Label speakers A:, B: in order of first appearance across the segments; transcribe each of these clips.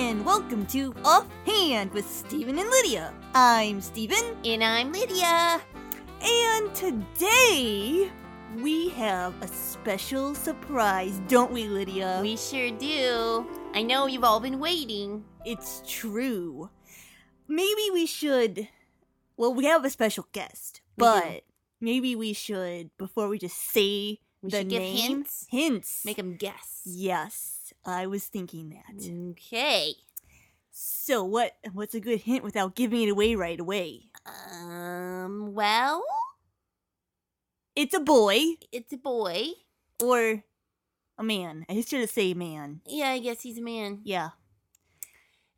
A: Welcome to Offhand with Stephen and Lydia. I'm Stephen,
B: And I'm Lydia.
A: and today we have a special surprise, don't we, Lydia?
B: We sure do. I know you've all been waiting.
A: it's true. Maybe we should. Well, we have a special guest,
B: We do.
A: but maybe we should, before we just say
B: We
A: the
B: should give
A: name,
B: hints?
A: Hints.
B: Make them guess.
A: yes, I was thinking that.
B: Okay.
A: So what? What's a good hint without giving it away right away?
B: Um, well,
A: It's a boy
B: it's a boy.
A: or a man. I should have say man.
B: Yeah, I guess he's a man.
A: Yeah.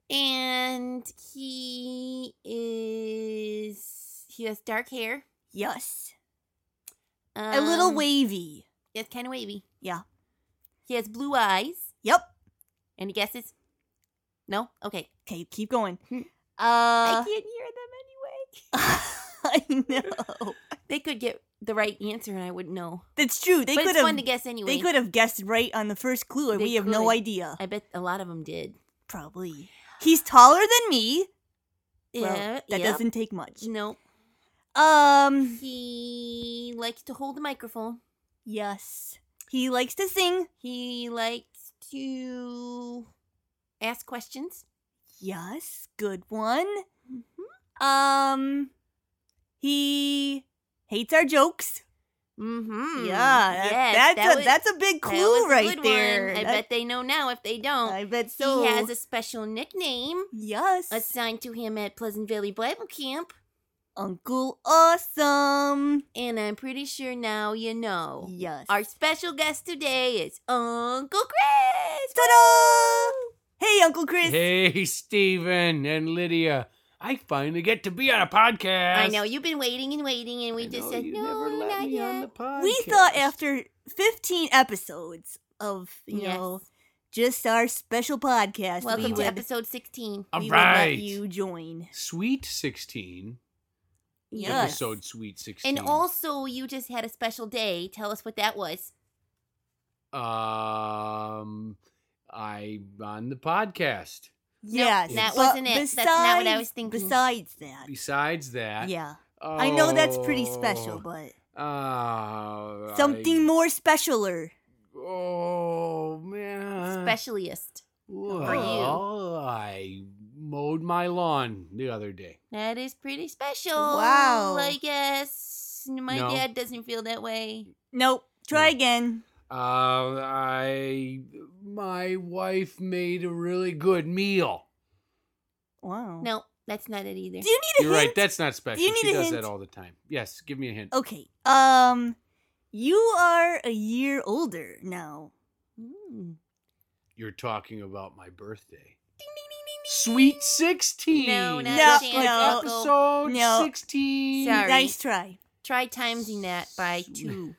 B: And he is. He has dark hair.
A: Yes. a little
B: Um,
A: wavy.
B: Yes, kind of wavy.
A: Yeah.
B: He has blue eyes.
A: Yep.
B: Any guesses? No? Okay.
A: Okay, keep going.
B: Hmm.
A: Uh,
B: I can't hear them
A: I know.
B: anyway. They could get the right answer and I wouldn't know.
A: That's true. They
B: but
A: could
B: it's
A: have.
B: fun to guess anyway.
A: They could have guessed right on the first clue, and
B: They
A: we have no
B: could.
A: idea.
B: I bet a lot of them did.
A: Probably. He's taller than me. Well, that
B: yep.
A: doesn't take much.
B: Nope.
A: Um.
B: He likes to hold the microphone.
A: Yes. He likes to sing.
B: He likes to ask questions.
A: Yes, good one. Mm-hmm. Um, he hates our jokes.
B: Mm-hmm.
A: yeah, that- that's a, that's a big clue right there.
B: I
A: That-
B: bet they know now if they don't.
A: I bet so.
B: He has a special nickname
A: yes,
B: assigned to him at Pleasant Valley Bible Camp,
A: Uncle Awesome.
B: and I'm pretty sure now you know.
A: Yes.
B: Our special guest today is Uncle Chris.
A: Ta-da! Hey, Uncle Chris.
C: Hey, Steven and Lydia. I finally get to be on a podcast.
B: I know you've been waiting and waiting, and we
C: I
B: just
C: know
B: said
C: you
B: no,
C: never let
B: not
C: me
B: yet.
C: on the podcast.
A: We thought after 15 episodes of you know just our special podcast,
B: Welcome
A: we
B: to
A: would,
B: episode 16.
C: All
A: we would
C: right.
A: let you join.
C: Sweet 16.
A: Yes.
C: Episode Sweet 16.
B: And also, you just had a special day. Tell us what that was.
C: Um, I'm on the podcast.
A: Yes,
B: that
A: but
B: wasn't it. That's not what I was thinking.
A: Besides that,
C: Besides that.
A: yeah, I know that's pretty
C: oh,
A: special, but
C: uh,
A: something more specialer.
C: I, oh, man.
B: Specialist.
C: Well,
B: for you.
C: I mowed my lawn the other day.
B: That is pretty special.
A: Wow.
B: I guess my
C: No.
B: dad doesn't feel that way.
A: Nope. Try
C: No.
A: again.
C: Uh, I my wife made a really good meal.
A: Wow.
B: No, that's not it either.
A: Do you need a
C: You're right.
A: hint?
C: That's not special.
A: you need
C: she
A: a
C: does
A: hint?
C: that all the time. Yes, give me a
B: Oh.
C: hint.
A: okay. Um, you are a year older now.
B: Mm.
C: You're talking about my birthday. Sweet sixteen.
B: No, not
A: No,
B: a chance,
A: no.
B: Uncle.
C: Episode
A: No.
C: sixteen.
B: Sorry.
A: Nice try.
B: Try timesing that by
C: Sweet.
B: two.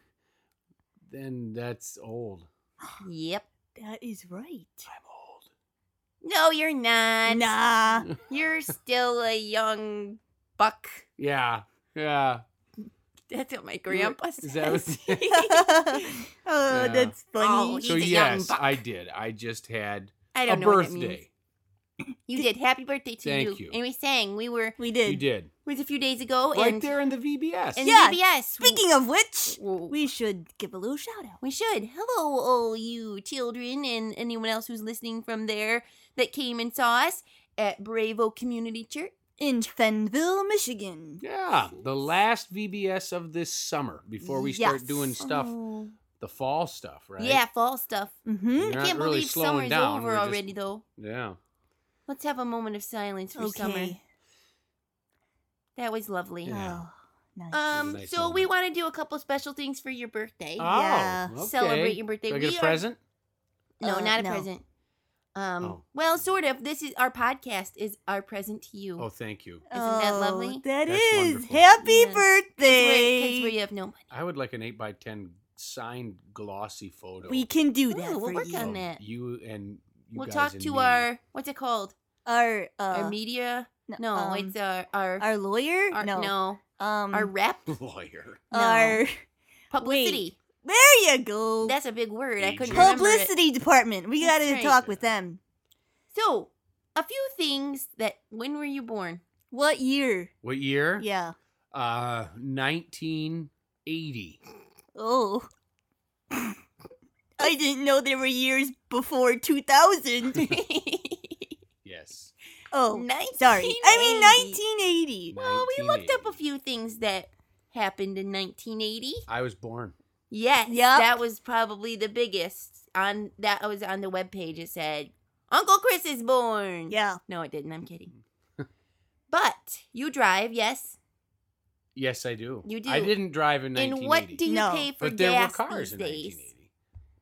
C: Then that's old.
B: yep.
A: That is right.
C: I'm
B: No, you're not.
A: nah.
C: old.
B: You're still a young buck.
C: yeah. Yeah.
B: That's what my grandpa says.
C: Is that what-
A: oh,
C: Yeah.
A: that's funny.
B: He's
C: so
B: a young
C: yes,
B: buck.
C: I did. I just had
B: I
C: a
B: don't know what that means.
C: birthday.
B: You did. Happy birthday to
C: Thank
B: you.
C: you.
B: And we sang. We were
A: we did.
C: You did.
B: it was a few days ago.
C: Right
B: and,
C: there in the VBS.
B: And
A: Yeah,
B: VBS.
A: Speaking of which,
B: we,
A: we should give a little shout out.
B: we should. Hello, all you children and anyone else who's listening from there that came and saw us at Bravo Community Church.
A: In Fenville, Michigan.
C: Yeah, the last VBS of this summer before we start
A: Yes.
C: doing stuff,
B: Oh.
C: the fall stuff, right?
B: Yeah, fall stuff.
A: Mm-hmm.
C: You're
B: I
C: not
B: can't
C: really
B: believe
C: slowing
B: summer's
C: down,
B: over
C: we're just-
B: already, though.
C: Yeah.
B: Let's have a moment of silence for summer. That was lovely.
C: Yeah.
A: Oh, nice.
B: Um,
C: Nice
B: so we
C: moment.
B: want to do a couple special things for your birthday.
A: Yeah.
C: Oh, okay.
B: Celebrate your birthday.
C: Do I get
B: We
C: a
B: are-
C: present?
B: No,
A: Uh,
B: not a
A: no.
B: present. Um,
C: Oh.
B: well, sort of. This is our podcast is our present to you.
C: Oh, thank you.
B: Isn't that lovely?
A: Oh, That
C: That's
A: is.
C: wonderful.
A: Happy
B: Yeah.
A: birthday.
B: Because we have no money.
C: I would like an 8 by 10 signed glossy photo.
A: we can do that.
B: Ooh, we'll
A: for
B: work
A: you.
B: on
C: of
B: that.
C: You and you
B: we'll
C: guys
B: talk
C: and
B: to
C: me.
B: our what's it called?
A: Our uh,
B: our media? No,
A: um,
B: it's our our,
A: our lawyer.
B: our-
A: no, um,
B: our rep
C: lawyer.
B: no.
A: our-
B: publicity.
A: there you go.
B: That's a big word. I couldn't
C: Agent.
B: remember it.
A: publicity department. We got
B: That's
A: to
B: right.
A: talk with them.
B: So a few things that when were you born?
A: What year?
C: What year?
A: Yeah.
C: Uh, 1980.
A: Oh. I didn't know there were years before 2000.
C: Yes.
A: oh, sorry. I
B: 1980.
A: mean 1980.
B: Well, we looked up a
C: 1980.
B: few things that happened in 1980.
C: I was born.
B: Yes,
A: Yep.
B: that was probably the biggest. On that was on the webpage. It said Uncle Chris is born.
A: Yeah.
B: No, it didn't. I'm kidding. but you drive, yes.
C: Yes, I do.
B: You
C: I
B: do.
C: didn't drive in 1980.
B: And what do you
A: No.
B: pay for
C: But there were
B: gas these
C: cars in
B: days?
C: 1980.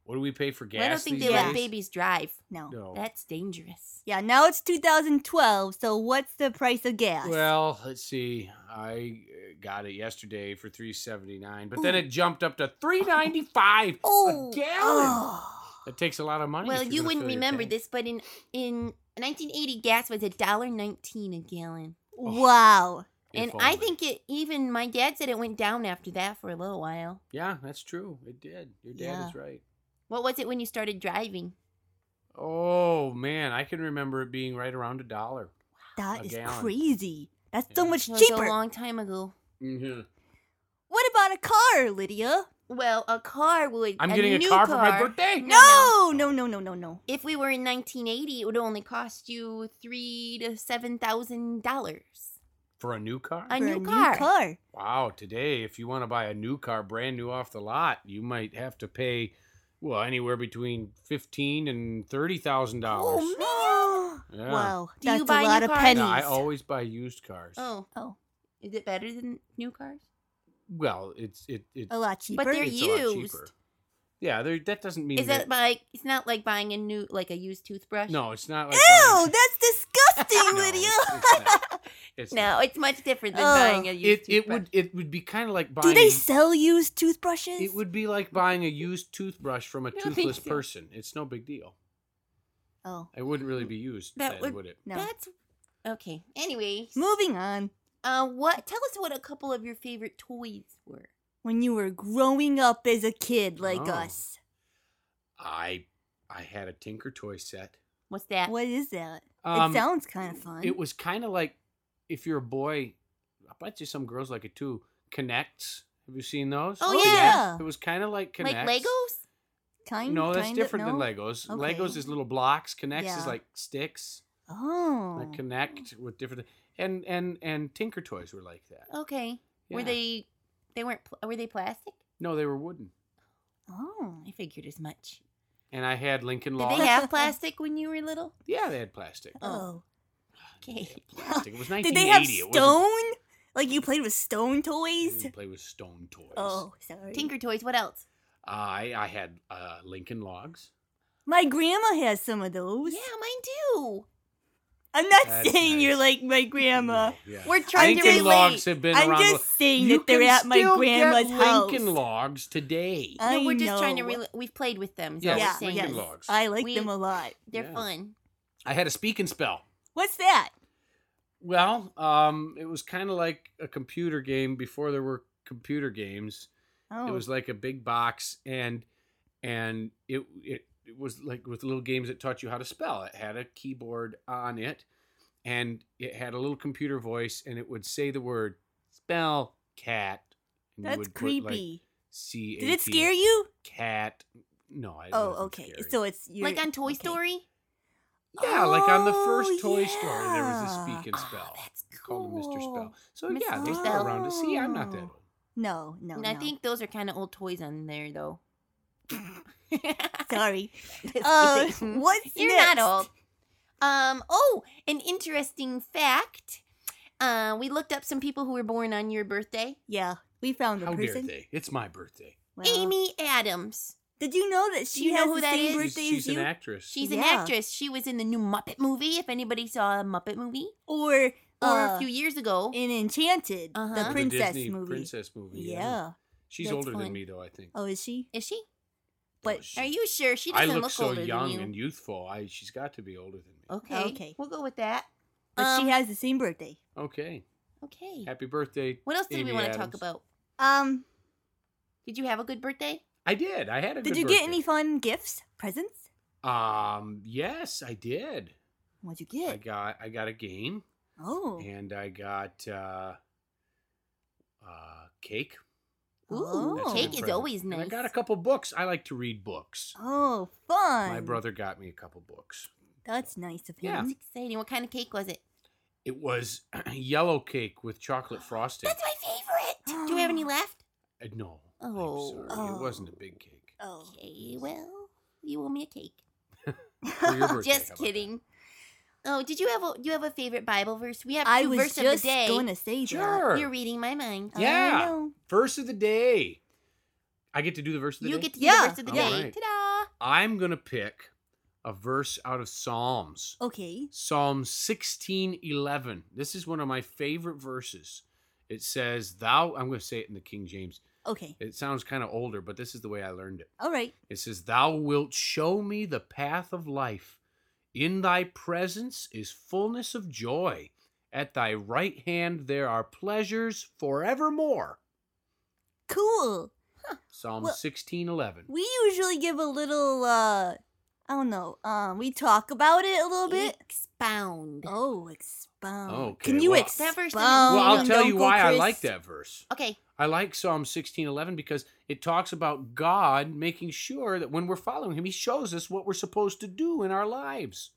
C: What do we pay for gas
B: Well, I don't think
C: these
B: they let
C: days? Oh.
B: babies drive.
A: No.
C: No.
B: That's dangerous.
A: Yeah, now it's 2012, so what's the price of gas?
C: Well, let's see. I uh, got it yesterday for 379, but then
B: Ooh.
C: it jumped up to 395
A: oh,
C: a gallon.
A: oh.
C: That takes a lot of money.
B: Well,
C: if you're
B: you
C: gonna
B: wouldn't
C: fill your
B: remember
C: tank.
B: this, but in in 1980, gas was a dollar nineteen a gallon,
C: Oh.
A: Wow.
C: If
B: and I
C: only.
B: think it even my dad said it went down after that for a little while.
C: Yeah, that's true. It did. Your dad
A: Yeah.
C: is right.
B: What was it when you started driving?
C: Oh man, I can remember it being right around a dollar.
A: That
C: A
A: is
C: gallon.
A: crazy. That's so
C: Yeah.
A: much
B: It was
A: cheaper.
B: a long time ago.
C: Mm-hmm.
A: what about a car, Lydia?
B: Well, a car would.
C: I'm
B: a
C: getting a
B: new
C: car, for my birthday.
B: No,
A: No, no, no, no, no, no.
B: If we were in 1980, it would only cost you three to seven thousand dollars.
C: For a new car?
B: I- A
A: For
B: new car.
C: wow, today if you want to buy a new car brand new off the lot, you might have to pay well anywhere between 15 and 30,000 dollars.
A: Oh, man.
C: Yeah.
A: Wow.
B: Do you
A: That's
B: buy
A: a lot
B: new
A: of
B: cars?
A: pennies.
C: No, I always buy used cars.
B: Oh,
A: Oh.
B: is it better than new cars?
C: Well, it's it it's
A: a lot cheaper.
B: But they're
C: it's a lot
B: used.
C: cheaper. Yeah, there that doesn't mean
B: Is
C: that
B: that like it's not like buying a new like a used toothbrush?
C: No, it's not like buying-
A: Ew, that's disgusting,
C: No,
A: Lydia.
C: it's- it's not. It's
B: no,
C: not.
B: it's much different than
A: Oh.
B: buying a
C: It
B: used
C: it
B: toothbrush.
C: would it would be kind of like buying
A: Do they sell used toothbrushes?
C: It would be like buying a used toothbrush from a
B: don't think
C: toothless
B: so.
C: person. It's no big deal.
A: Oh,
C: It wouldn't really be used
B: That
C: then,
B: would-
C: would, it?
A: no.
B: That's okay. Anyway,
A: Moving on.
B: uh, what? Tell us what a couple of your favorite toys were.
A: When you were growing up as a kid like
C: Oh.
A: us,
C: I I had a Tinker Toy set.
B: What's that?
A: what is that?
C: Um,
A: it sounds kind of fun.
C: it was kind of like if you're a boy, I bet you some girls like it too. Connects. Have you seen those?
B: Oh,
A: Oh,
B: yeah.
A: yeah.
C: It was kind of like
B: Like
C: Connects.
B: Legos?
A: kind
C: No, that's
A: kind
C: different
A: of, no?
C: than Legos.
A: Okay.
C: Legos is little blocks. Connects
A: Yeah.
C: is like sticks
A: Oh.
C: that connect with different. And and and Tinker Toys were like that.
B: Okay. Were
C: Yeah.
B: they? They weren't. Pl- were they plastic?
C: No, they were wooden.
A: Oh.
B: I figured as much.
C: And I had Lincoln
B: Did
C: Log.
B: they have plastic when you were little?
C: yeah, they had plastic.
A: Oh.
B: Okay.
C: plastic. It was 1980.
A: Did they have
C: It wasn't-
A: stone? Like you played with stone
C: they
A: toys?
C: didn't play with stone toys.
A: Oh, sorry.
B: Tinker Toys. What else?
C: I I had uh, Lincoln Logs.
A: My grandma has some of those.
B: Yeah, mine too.
A: I'm not
C: That's
A: saying
C: nice.
A: you're like my grandma.
C: No, yeah.
B: We're trying
C: Lincoln
B: to relate.
C: Logs have been
A: I'm
C: around.
A: just saying
C: you
A: that they're
C: can
A: at my
C: still
A: grandma's
C: get
A: house. Uh,
C: Lincoln Logs today.
A: I
B: no, we're just trying to.
A: know.
B: Re- we've played with them. So
C: Yeah,
B: we're
A: yeah,
B: saying
A: yes.
C: Lincoln Logs.
A: I like
B: We-
A: them a lot.
B: They're
C: Yeah.
B: fun.
C: I had a speak and spell.
A: What's that?
C: Well, um, it was kind of like a computer game before there were computer games.
A: Oh,
C: It was like a big box, and and it, it it was like with little games that taught you how to spell. It had a keyboard on it, and it had a little computer voice, and it would say the word spell cat. And you
A: that's
C: would put, like,
A: creepy.
C: C.
A: Did it scare you?
C: Cat. No, I. it
A: Oh,
C: wasn't
A: okay.
C: scary.
A: So it's you're,
B: like on Toy
A: okay.
B: Story.
C: yeah, like on the
A: Oh,
C: first Toy Story, there was a
A: yeah. Ah,
C: speak and
B: Oh,
C: spell
B: that's cool.
C: called a Mr. Spell. So
B: Mr.
C: yeah, they were
B: Spell.
C: around to see. I'm not that old.
A: No, no,
B: and
A: no.
B: I think those are kind of old toys on there, though.
A: sorry.
B: Just
A: Uh,
B: kidding.
A: what's
B: Oh, You're
A: next?
B: not old. Um. Oh, an interesting fact. Uh, we looked up some people who were born on your birthday.
A: Yeah, we found the
C: How dare
A: person.
C: they? It's my birthday.
A: Well,
B: Amy Adams.
A: Did you know that
B: Do
A: she
B: you know
A: has
B: who
A: the
B: that
A: same
B: is?
C: She's,
A: birthday
C: she's
A: as
C: an
A: you?
C: actress.
B: She's an
A: Yeah.
B: actress. She was in the new Muppet movie. If anybody saw a Muppet movie,
A: Or
B: or a
A: uh,
B: few years ago,
A: in Enchanted,
B: Uh-huh.
A: the
B: The
C: The
A: princess
C: Disney
A: movie.
C: Princess movie.
A: yeah.
C: She's
B: That's
C: older
B: fun.
C: than me though. I think.
A: Oh, is she?
B: is she?
A: but-
C: she-
B: Are you sure she
C: I
B: doesn't
C: look,
B: look,
C: so
B: older
C: young
B: than
C: and
B: you?
C: youthful. I she's got to be older than me.
B: Okay.
A: Okay.
B: We'll go with that.
A: But
B: Um,
A: she has the same birthday.
B: Oh.
C: Okay.
B: Okay.
C: Happy birthday.
B: What else did we
C: Amy
B: want to talk
C: Adams.
B: about?
A: Um,
B: Did you have a good birthday?
C: I did. I had a.
A: did
C: good
A: you get
C: birthday.
A: any fun gifts, presents?
C: Um. Yes, I did.
A: What'd you
C: I
A: get?
C: got I got a game
A: Oh.
C: and I got uh, uh, cake.
B: Ooh,
A: Oh.
C: That's a
B: cake
C: good
B: is
C: present.
B: always
C: And I
B: nice.
C: got a couple books. I like to read books.
A: Oh, fun.
C: My brother got me a couple books.
A: That's nice of
C: Yeah.
A: him.
B: Exciting. What kind of cake was it?
C: It was yellow cake with chocolate frosting.
B: That's my favorite. Do we have any left?
C: Uh, no,
B: Oh.
C: I'm sorry. it wasn't a big cake.
A: Oh.
B: Okay, well, you owe me a cake.
C: For your birthday, how
B: Just
C: about that?
B: kidding. Oh, did you have a you have a favorite Bible verse? We have
A: I
B: two
A: was
B: verse of the
A: just
B: day.
A: going to say that. Oh,
C: Sure.
B: You're reading my mind.
A: I
C: Yeah.
A: know.
C: Verse of the day. I get to do the verse of the
B: You
C: day.
B: get to do
A: Yeah.
B: the verse of the
C: All
B: day.
C: right.
B: Ta-da!
C: I'm gonna pick a verse out of Psalms.
A: Okay.
C: Psalm 16:11. This is one of my favorite verses. It says, "Thou." I'm gonna say it in the King James.
A: Okay.
C: It sounds kind of older, but this is the way I learned it.
A: All right.
C: It says, Thou wilt show me the path of life. In thy presence is fullness of joy. At thy right hand there are pleasures forevermore.
A: Cool.
C: Psalm
A: Well-
C: sixteen eleven.
A: We usually give a little uh I don't know. Um we talk about it a little bit.
B: Expound.
A: Oh, expound.
C: Okay,
A: Can you
C: well-
A: expound?
B: That verse didn't-
C: Well, I'll tell you
A: Uncle
C: why I
A: um, Chris?
C: like that verse.
B: Okay.
C: I like Psalm sixteen eleven because it talks about God making sure that when we're following Him, He shows us what we're supposed to do in our lives.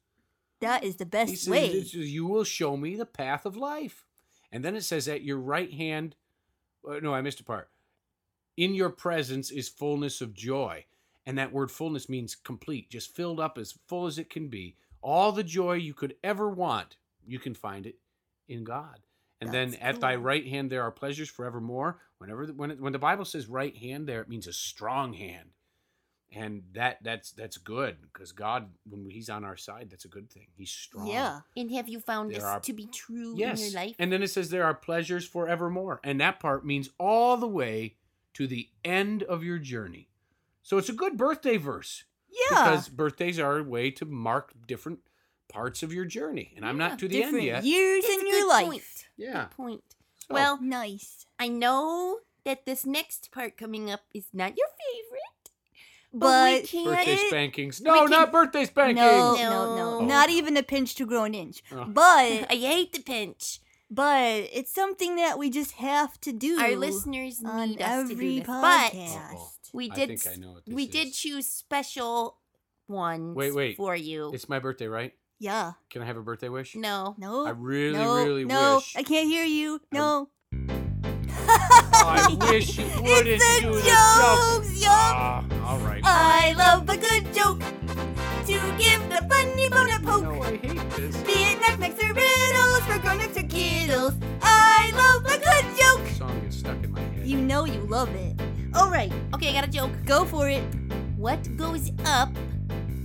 A: That is the
C: He
A: best
C: says,
A: way.
C: it says, You will show me the path of life. And then it says, At your right hand, uh, no, I missed a part. In your presence is fullness of joy. And that word fullness means complete, just filled up as full as it can be. All the joy you could ever want, you can find it in God. And then
A: That's
C: at thy
A: cool.
C: right hand there are pleasures forevermore. Whenever the- when it, when the Bible says right hand there, it means a strong hand, and that that's that's good because God, when He's on our side, that's a good thing. He's strong.
A: Yeah.
B: And have you found
C: There
B: this
C: are-
B: to be true
C: Yes.
B: in your life?
C: And then it says there are pleasures forevermore. And that part means all the way to the end of your journey. So it's a good birthday verse
A: Yeah.
C: because birthdays are a way to mark different parts of your journey. And I'm
B: Yeah,
C: not to the
A: Different
C: end yet.
A: years
B: That's a
A: in your
B: good
A: life.
B: point.
C: Yeah.
B: Good point.
C: So-
B: Well,
A: Nice.
B: I know that this next part coming up is not your favorite,
A: But
B: we can't.
C: birthday spankings. No,
B: can-
C: not birthday
A: no,
C: spankings.
A: no,
B: No.
A: no,
B: Oh.
A: Not even a pinch to grow an inch.
C: Oh.
A: But
B: I hate the pinch.
A: but it's something that we just have to do.
B: Our listeners
A: on
B: need us to do
A: every
B: this,
A: podcast.
B: but we
C: I
B: did.
C: think I
B: s-
C: know what
B: we
C: this
B: did
C: is.
B: choose special ones.
C: Wait, wait.
B: for you.
C: It's my birthday, right?
A: Yeah.
C: Can I have a birthday wish?
B: no,
A: No.
C: I really,
A: no.
C: really
A: no.
C: wish. Oh,
A: I can't hear you. No.
C: I wish you wouldn't
A: it's the
C: do the joke.
A: jokes, y'all.
C: Ah, all right.
A: I love a good joke to give the funny bone a poke.
C: No, I hate this.
A: Be it knickknacks or riddles for grown-ups or kiddles. I love a good joke.
C: song gets stuck in my head.
A: You know you love it. All right,
B: Okay, I got a joke.
A: go for it.
B: What goes up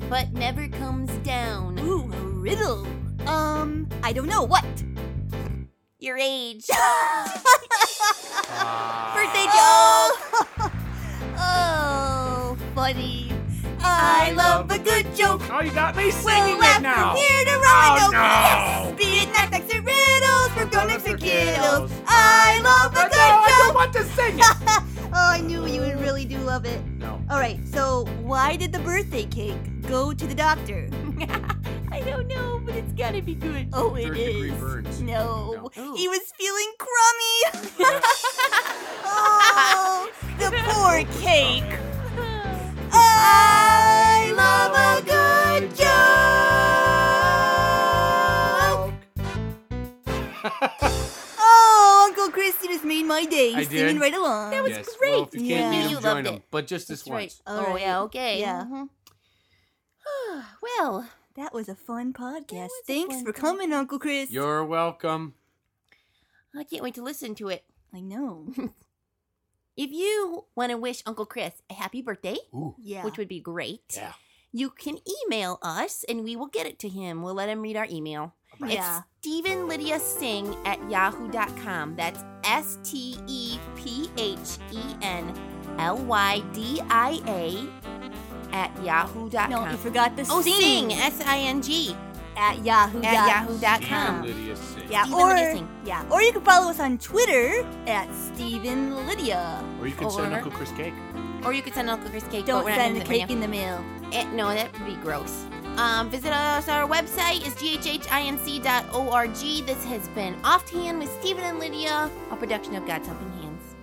B: but never comes down?
A: Ooh, a riddle. Um, I don't know what.
B: Your age.
C: Ah,
A: Birthday joke. oh, funny. I love a good joke.
C: Oh, you got me
A: We'll
C: singing
A: laugh
C: it now.
A: from here to
C: Oh,
A: Roanoke.
C: no.
A: Yes, be it knickknacks or riddles for grown-ups or
C: For kiddos.
A: kiddos. I love
C: I
A: a
C: know, I don't
A: good joke.
C: want to sing it.
A: oh, I knew you would really do love it.
C: No.
A: All right, so why did the birthday cake go to the doctor?
B: I don't know, but it's gotta be good.
A: Oh, it
C: Third degree
A: is.
C: burns.
A: No.
B: No.
A: He was feeling crummy. oh, the poor cake. I love a good joke. Oh, Uncle Chris, you just made my day.
C: I
A: Singing
C: did.
A: right along.
B: That was
C: yes.
B: great.
C: Well, if you
A: Yeah.
C: can't
A: You
C: beat 'em, join
B: loved
C: 'em.
B: it.
C: But just this
B: That's right.
C: once.
B: Oh,
A: Alright.
B: yeah, okay.
A: Yeah.
B: mhm. well,
A: that was a fun podcast.
B: was a
A: Thanks
B: fun
A: for coming, Uncle Chris.
C: You're welcome.
B: I can't wait to listen to it.
A: I know.
B: If you want to wish Uncle Chris a happy birthday,
C: Ooh.
A: Yeah.
B: which would be great,
C: Yeah.
B: you can email us and we will get it to him. We'll let him read our email.
A: Right. Yeah.
B: It's Stephen Lydia Singh at yahoo.com. That's S T E P H E N L Y D I A at yahoo.com.
A: no, you forgot the
B: oh, Sing,
A: sing.
B: S I N G,
A: at Yahoo.
B: at
C: Stephen
B: yahoo.com.
C: Lydia Singh.
A: Yeah,
B: Stephen
A: or
B: Lydia Singh.
A: yeah, or you can follow us on Twitter at Stephen Lydia.
C: Or you can send
B: Or-
C: Uncle Chris cake.
B: Or you could send Uncle Chris cake. but
A: Don't
B: we're not
A: send the
B: doing that right
A: cake in the mail.
B: now. Eh, no, that would be gross. Um, visit us. Our website is ghhinc.org. This has been Offhand with Stephen and Lydia, a production of God's Helping Hands.